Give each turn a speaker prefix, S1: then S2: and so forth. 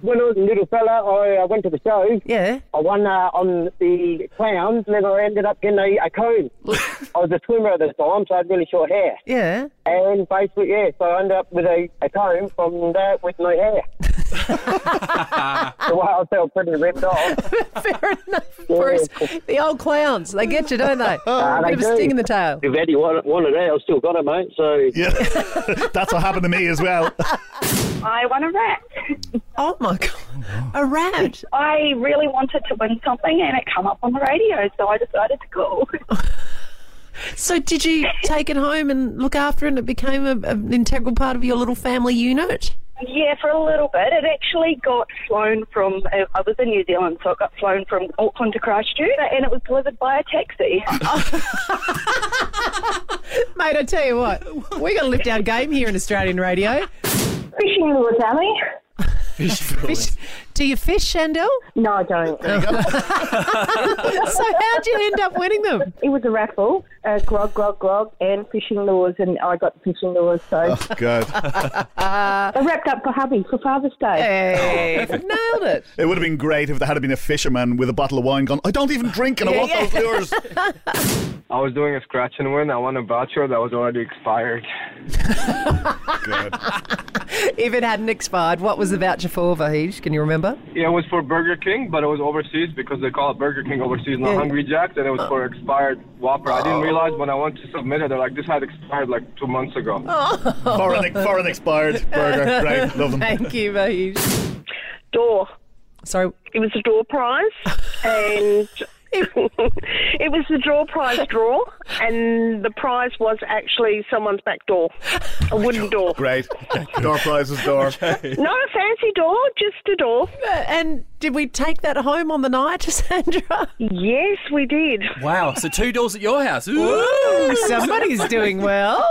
S1: when I was a little fella, I uh, went to the show.
S2: Yeah.
S1: I won uh, on the clowns, and then I ended up getting a, a cone. I was a swimmer at the time, so I had really short hair.
S2: Yeah.
S1: And basically, yeah, so I ended up with a, a comb from that with no hair. so I felt pretty ripped off.
S2: Fair enough, Bruce. The old clowns, they get you, don't Ah, they?
S1: they
S2: Bit of a
S1: do.
S2: sting in the tail.
S1: If Eddie wanted, wanted it, I've still got it, mate. So
S3: Yeah. That's what happened to me as well.
S4: I won a rat.
S2: Oh my god, a rat!
S4: I really wanted to win something and it come up on the radio, so I decided to call.
S2: So did you take it home and look after it? and It became a, an integral part of your little family unit.
S4: yeah, for a little bit. It actually got flown from, uh, I was in New Zealand, so it got flown from Auckland to Christchurch and it was delivered by a taxi.
S2: Mate, I tell you what, we got to lift our game here in Australian radio.
S5: Fishing lures, Ally?
S2: Fish, do you fish, Shandel?
S5: No, I don't.
S2: So how'd you end up winning them?
S5: It was a raffle, uh, grog, grog, grog, and fishing lures, and I got the fishing lures.
S3: Uh.
S5: So
S3: Good.
S5: I wrapped up for hubby for Father's
S2: Oh, Hey,
S5: Day.
S2: nailed it.
S3: It would have been great if there had been a fisherman with a bottle of wine gone, I don't even drink and I want
S2: yeah.
S3: those lures.
S6: I was doing a scratch and win. I won a voucher that was already expired.
S3: Good.
S2: If it hadn't expired, what was the voucher for, Vahij? Can you remember?
S6: Yeah, it was for Burger King, but it was overseas because they call it Burger King overseas, not
S2: Yeah.
S6: Hungry Jack's, and it was for expired Whopper. I didn't realize when I went to submit it, they're like, this had expired like two months ago.
S3: Foreign, foreign expired burger. Great. Love them.
S2: Thank you, Vahij.
S7: Door.
S2: Sorry,
S7: It was a door prize, and it was the draw prize draw, and the prize was actually someone's back door, a wooden door.
S3: Great. Door prizes, door.
S7: Not a fancy door, just a door.
S2: and did we take that home on the night, Sandra?
S7: Yes, we did.
S8: Wow, so two doors at your house. Ooh.
S2: Somebody's doing well.